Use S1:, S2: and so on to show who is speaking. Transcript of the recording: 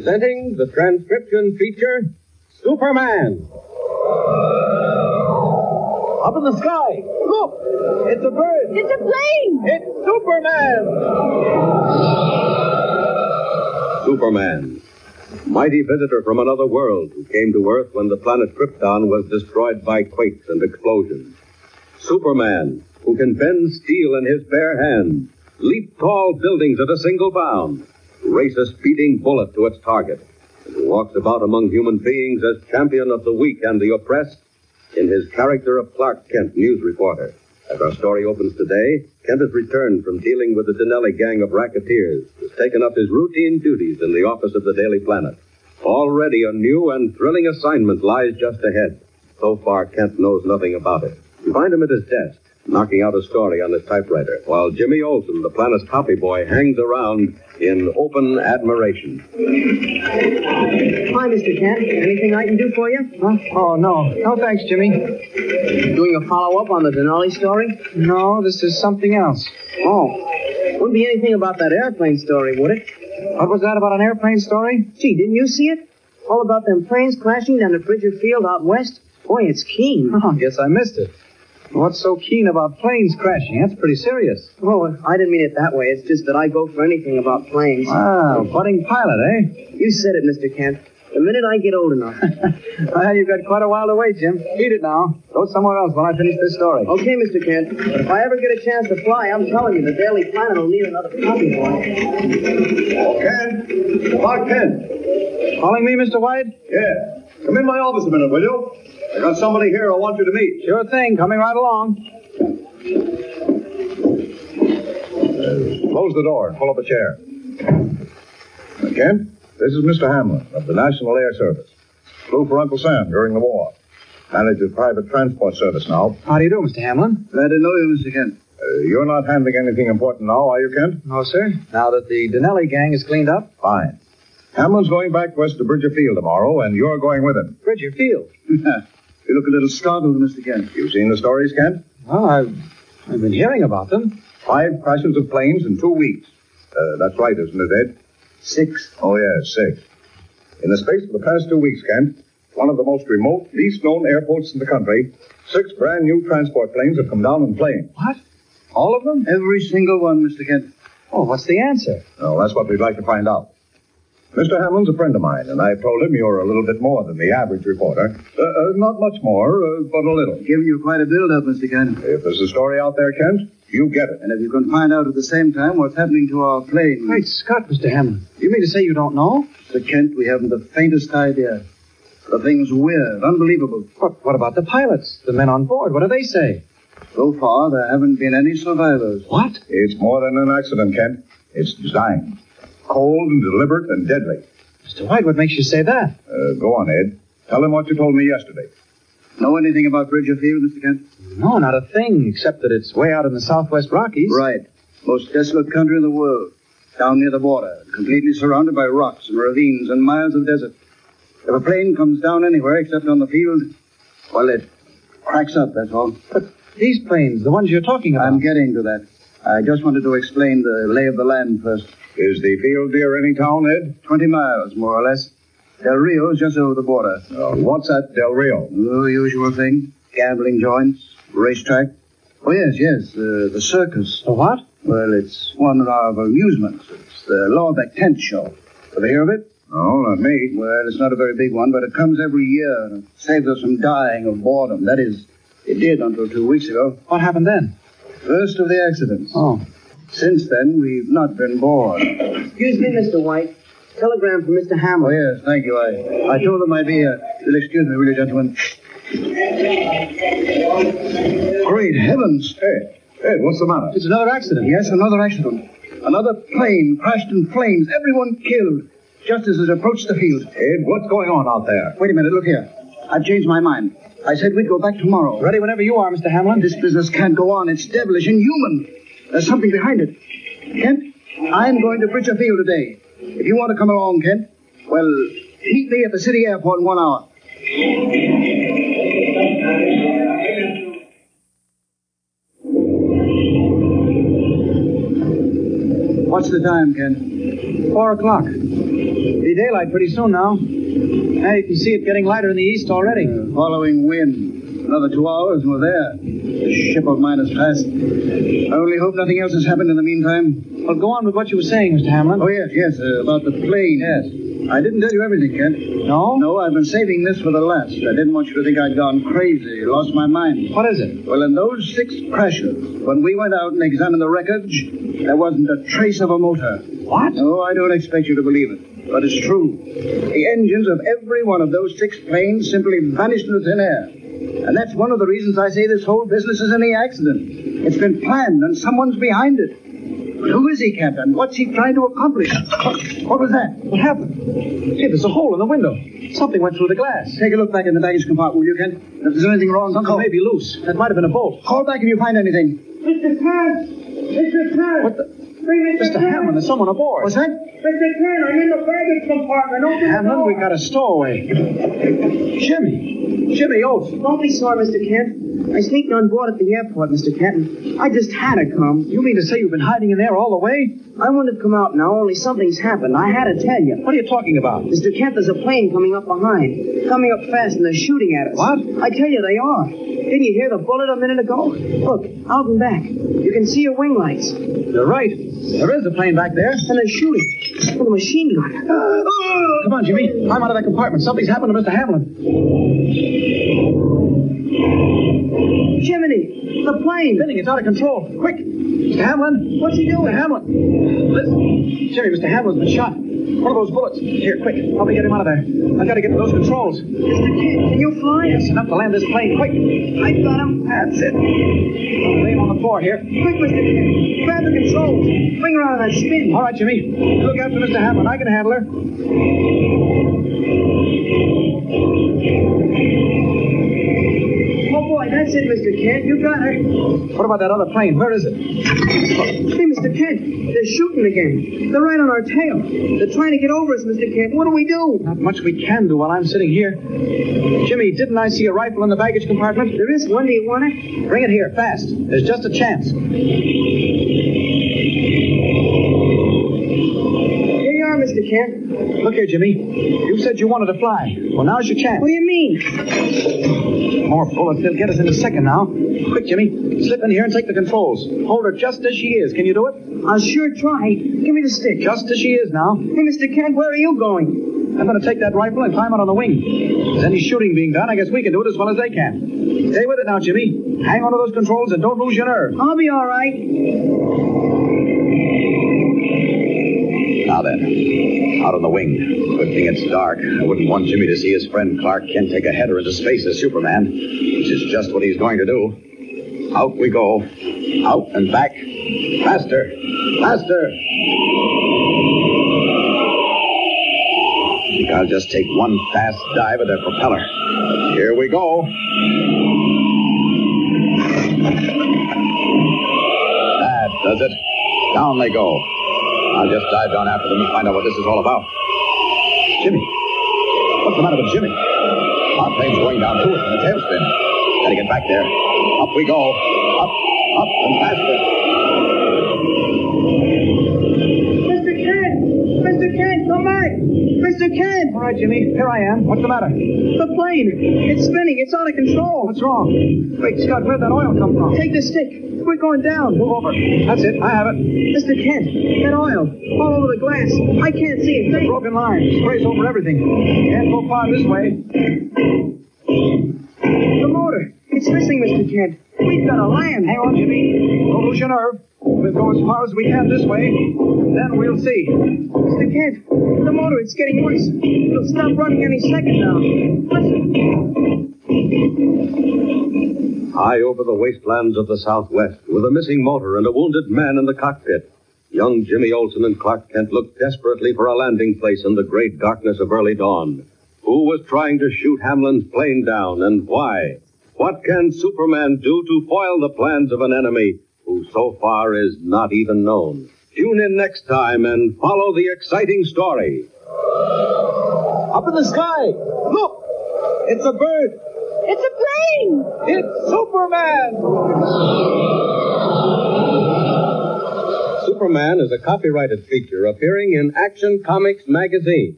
S1: Presenting the transcription feature, Superman. Up in the sky. Look! It's a bird.
S2: It's a plane!
S1: It's Superman! Superman, mighty visitor from another world who came to Earth when the planet Krypton was destroyed by quakes and explosions. Superman, who can bend steel in his bare hand, leap tall buildings at a single bound, race a speeding bullet to its target, and who walks about among human beings as champion of the weak and the oppressed in his character of Clark Kent, news reporter. As our story opens today, Kent has returned from dealing with the Denelli gang of racketeers, has taken up his routine duties in the office of the Daily Planet. Already a new and thrilling assignment lies just ahead. So far, Kent knows nothing about it. You find him at his desk, knocking out a story on his typewriter, while Jimmy Olsen, the planet's copy boy, hangs around in open admiration.
S3: Hi, Mr. Kent. Anything I can do for you? Huh?
S4: Oh, no. No, thanks, Jimmy.
S3: Doing a follow-up on the Denali story?
S4: No, this is something else.
S3: Oh. Wouldn't be anything about that airplane story, would it?
S4: What was that about an airplane story?
S3: Gee, didn't you see it? All about them planes crashing down at Bridger Field out west? Boy, it's keen.
S4: Oh, I guess I missed it. What's so keen about planes crashing? That's pretty serious.
S3: Oh, I didn't mean it that way. It's just that I go for anything about planes.
S4: Wow, budding pilot, eh?
S3: You said it, Mr. Kent. The minute I get old enough.
S4: Well, you've got quite a while to wait, Jim. Eat it now. Go somewhere else while I finish this story.
S3: Okay, Mr. Kent. But if I ever get a chance to fly, I'm telling you, the Daily Planet will need another copy boy.
S5: Kent? Clark Kent?
S4: Calling me, Mr. White?
S5: Yeah. Come in my office a minute, will you? I got somebody here I want you to meet.
S4: Sure thing. Coming right along.
S5: Close the door and pull up a chair. Uh, Kent, this is Mr. Hamlin of the National Air Service. Flew for Uncle Sam during the war. Manages private transport service now.
S4: How do you do, Mr. Hamlin?
S6: Glad to know you, Mr. Kent.
S5: Uh, you're not handling anything important now, are you, Kent?
S4: No, sir. Now that the Denelli gang is cleaned up,
S5: Fine. Hamlin's going back west to Bridger Field tomorrow, and you're going with him.
S4: Bridger Field.
S6: You look a little startled, Mr. Kent.
S5: You've seen the stories, Kent?
S4: Well, I've, I've been hearing about them.
S5: Five crashes of planes in two weeks. Uh, that's right, isn't it, Ed?
S6: Six.
S5: Oh, yeah, six. In the space of the past two weeks, Kent, one of the most remote, least known airports in the country, six brand new transport planes have come down in planes.
S4: What? All of them?
S6: Every single one, Mr. Kent.
S4: Oh, what's the answer?
S5: Well, that's what we'd like to find out. Mr. Hamlin's a friend of mine, and I told him you're a little bit more than the average reporter. Uh, uh, not much more, uh, but a little.
S6: Giving you quite a build-up, Mr. Kent.
S5: If there's a story out there, Kent, you get it.
S6: And if you can find out at the same time what's happening to our plane,
S4: Great Scott, Mr. Hamlin. You mean to say you don't know?
S6: Mr. Kent, we haven't the faintest idea. The thing's weird, unbelievable.
S4: But what about the pilots? The men on board? What do they say?
S6: So far, there haven't been any survivors.
S4: What?
S5: It's more than an accident, Kent. It's design. Cold and deliberate and deadly.
S4: Mr. White, what makes you say that?
S5: Uh, go on, Ed. Tell him what you told me yesterday.
S6: Know anything about Bridger Field, Mr. Kent?
S4: No, not a thing, except that it's way out in the southwest Rockies.
S6: Right. Most desolate country in the world. Down near the border, completely surrounded by rocks and ravines and miles of desert. If a plane comes down anywhere except on the field, well, it cracks up, that's all.
S4: These planes, the ones you're talking about.
S6: I'm getting to that. I just wanted to explain the lay of the land first.
S5: Is the field near any town, Ed?
S6: Twenty miles, more or less. Del Rio's just over the border.
S5: Uh, what's that, Del Rio?
S6: The usual thing. Gambling joints, racetrack. Oh, yes, yes, uh, the circus.
S4: The what?
S6: Well, it's one of our amusements. It's the Lawback Tent Show. Have you heard of it?
S5: No, not me.
S6: Well, it's not a very big one, but it comes every year and it saves us from dying of boredom. That is, it did until two weeks ago.
S4: What happened then?
S6: First of the accidents.
S4: Oh.
S6: Since then, we've not been bored.
S3: Excuse me, Mr. White. Telegram from Mr.
S6: Oh,
S3: Hamlin.
S6: yes, thank you. I, I told them I'd be here. You'll excuse me, will you, gentlemen? Great heavens!
S5: Ed, Ed, what's the matter?
S4: It's another accident.
S6: Yes, another accident. Another plane crashed in flames. Everyone killed. Just as it approached the field.
S5: Ed, what's going on out there?
S6: Wait a minute, look here. I've changed my mind. I said we'd go back tomorrow.
S4: Ready whenever you are, Mr. Hamlin.
S6: This business can't go on. It's devilish, inhuman. There's something behind it. Kent, I'm going to Bridger Field today. If you want to come along, Kent, well, meet me at the city airport in one hour. What's the time, Kent?
S4: Four o'clock. Be daylight pretty soon now. Yeah, you can see it getting lighter in the east already.
S6: Following wind. Another two hours and we're there. The ship of mine is fast. I only hope nothing else has happened in the meantime.
S4: Well, go on with what you were saying, Mr. Hamlin.
S6: Oh, yes, yes, uh, about the plane. Yes. I didn't tell you everything, Kent.
S4: No?
S6: No, I've been saving this for the last. I didn't want you to think I'd gone crazy, lost my mind.
S4: What is it?
S6: Well, in those six crashes, when we went out and examined the wreckage, there wasn't a trace of a motor.
S4: What?
S6: No, I don't expect you to believe it, but it's true. The engines of every one of those six planes simply vanished into thin air. And that's one of the reasons I say this whole business is any accident. It's been planned, and someone's behind it. But who is he, Captain? What's he trying to accomplish? What, what was that?
S4: What happened? Hey, there's a hole in the window. Something went through the glass.
S6: Take a look back in the baggage compartment, will you, Kent? If there's anything wrong,
S4: Something
S6: call.
S4: may be loose. That might have been a bolt.
S6: Call back if you find anything.
S2: Mr. Kern! Mr. Kern!
S4: What the?
S2: Bring
S4: Mr. Hamlin, there's someone aboard.
S6: What's that?
S2: Mr. Kern, I'm in the baggage compartment. Open the
S4: Hamlin,
S2: door.
S4: we got a stowaway. Jimmy. Jimmy oh, Oates.
S3: Don't be sore, Mr. Kent. I sneaked on board at the airport, Mr. Kenton. I just had to come.
S4: You mean to say you've been hiding in there all the way?
S3: I wouldn't have come out now, only something's happened. I had to tell you.
S4: What are you talking about?
S3: Mr. Kent, there's a plane coming up behind. Coming up fast, and they're shooting at us.
S4: What?
S3: I tell you, they are. Didn't you hear the bullet a minute ago? Look, out and back. You can see your wing lights. And
S4: You're right. There is a plane back there. Ah!
S3: they're shooting with a machine gun.
S4: Come on, Jimmy. I'm out of that compartment. Something's happened to Mr. Hamlin.
S3: Jiminy, the plane.
S4: Spinning. It's out of control. Quick. Mr. Hamlin. What's he doing? Mr. Hamlin. Listen. Jimmy, Mr. Hamlin's been shot. One of those bullets. Here, quick. Help me get him out of there. I've got to get to those controls.
S3: Mr. Kent, can you fly?
S4: Yes, enough to land this plane. Quick.
S3: I got him.
S4: That's it. I'll lay him on the floor here.
S3: Quick, Mr. Kent. Grab the controls. Bring her out of that spin.
S4: All right, Jimmy. You Look out for Mr. Hamlin. I can handle her.
S3: Oh, boy, that's it, Mr. Kent. You got her.
S4: What about that other plane? Where is it?
S3: Hey, Mr. Kent, they're shooting again. They're right on our tail. They're trying to get over us, Mr. Kent. What do we do?
S4: Not much we can do while I'm sitting here. Jimmy, didn't I see a rifle in the baggage compartment?
S3: There is one. Do you want it?
S4: Bring it here, fast. There's just a chance.
S3: Here you are, Mr. Kent.
S4: Look here, Jimmy. You said you wanted to fly. Well, now's your chance.
S3: What do you mean?
S4: More bullets. They'll get us in a second now. Quick, Jimmy. Slip in here and take the controls. Hold her just as she is. Can you do it?
S3: I'll sure try. Give me the stick.
S4: Just as she is now.
S3: Hey, Mr. Kent, where are you going?
S4: I'm going to take that rifle and climb out on the wing. If there's any shooting being done, I guess we can do it as well as they can. Stay with it now, Jimmy. Hang on to those controls and don't lose your nerve.
S3: I'll be all right.
S1: Now then, out on the wing. Good thing it's dark. I wouldn't want Jimmy to see his friend Clark Kent take a header into space as Superman, which is just what he's going to do. Out we go. Out and back. Faster. Faster. I think I'll just take one fast dive at their propeller. Here we go. That does it. Down they go. I'll just dive down after them and find out what this is all about. Jimmy. What's the matter with Jimmy? Our plane's going down too. It's in a tailspin. Gotta get back there. Up we go. Up, up, and faster.
S3: Mr. Kent! Mr. Kent, come back! Mr. Kent!
S4: All right, Jimmy. Here I am. What's the matter?
S3: The plane! It's spinning. It's out of control.
S4: What's wrong? Great Scott, where'd that oil come from?
S3: Take the stick. We're going down.
S4: Move over. That's it. I have it.
S3: Mr. Kent, that oil. All over the glass. I can't see a thing.
S4: Broken line. Sprays over everything. Can't go far this way.
S3: The motor. It's missing, Mr. Kent. We've got to land.
S4: Hang on, Jimmy. Don't lose your nerve. We'll go as far as we can this way. Then we'll see.
S3: Mr. Kent, the motor, it's getting worse. It'll stop running any second now. Listen.
S1: High over the wastelands of the Southwest, with a missing motor and a wounded man in the cockpit, young Jimmy Olsen and Clark Kent looked desperately for a landing place in the great darkness of early dawn. Who was trying to shoot Hamlin's plane down and why? What can Superman do to foil the plans of an enemy who so far is not even known? Tune in next time and follow the exciting story.
S4: Up in the sky. Look. It's a bird.
S7: It's a plane!
S4: It's Superman.
S1: Superman is a copyrighted feature appearing in Action Comics magazine.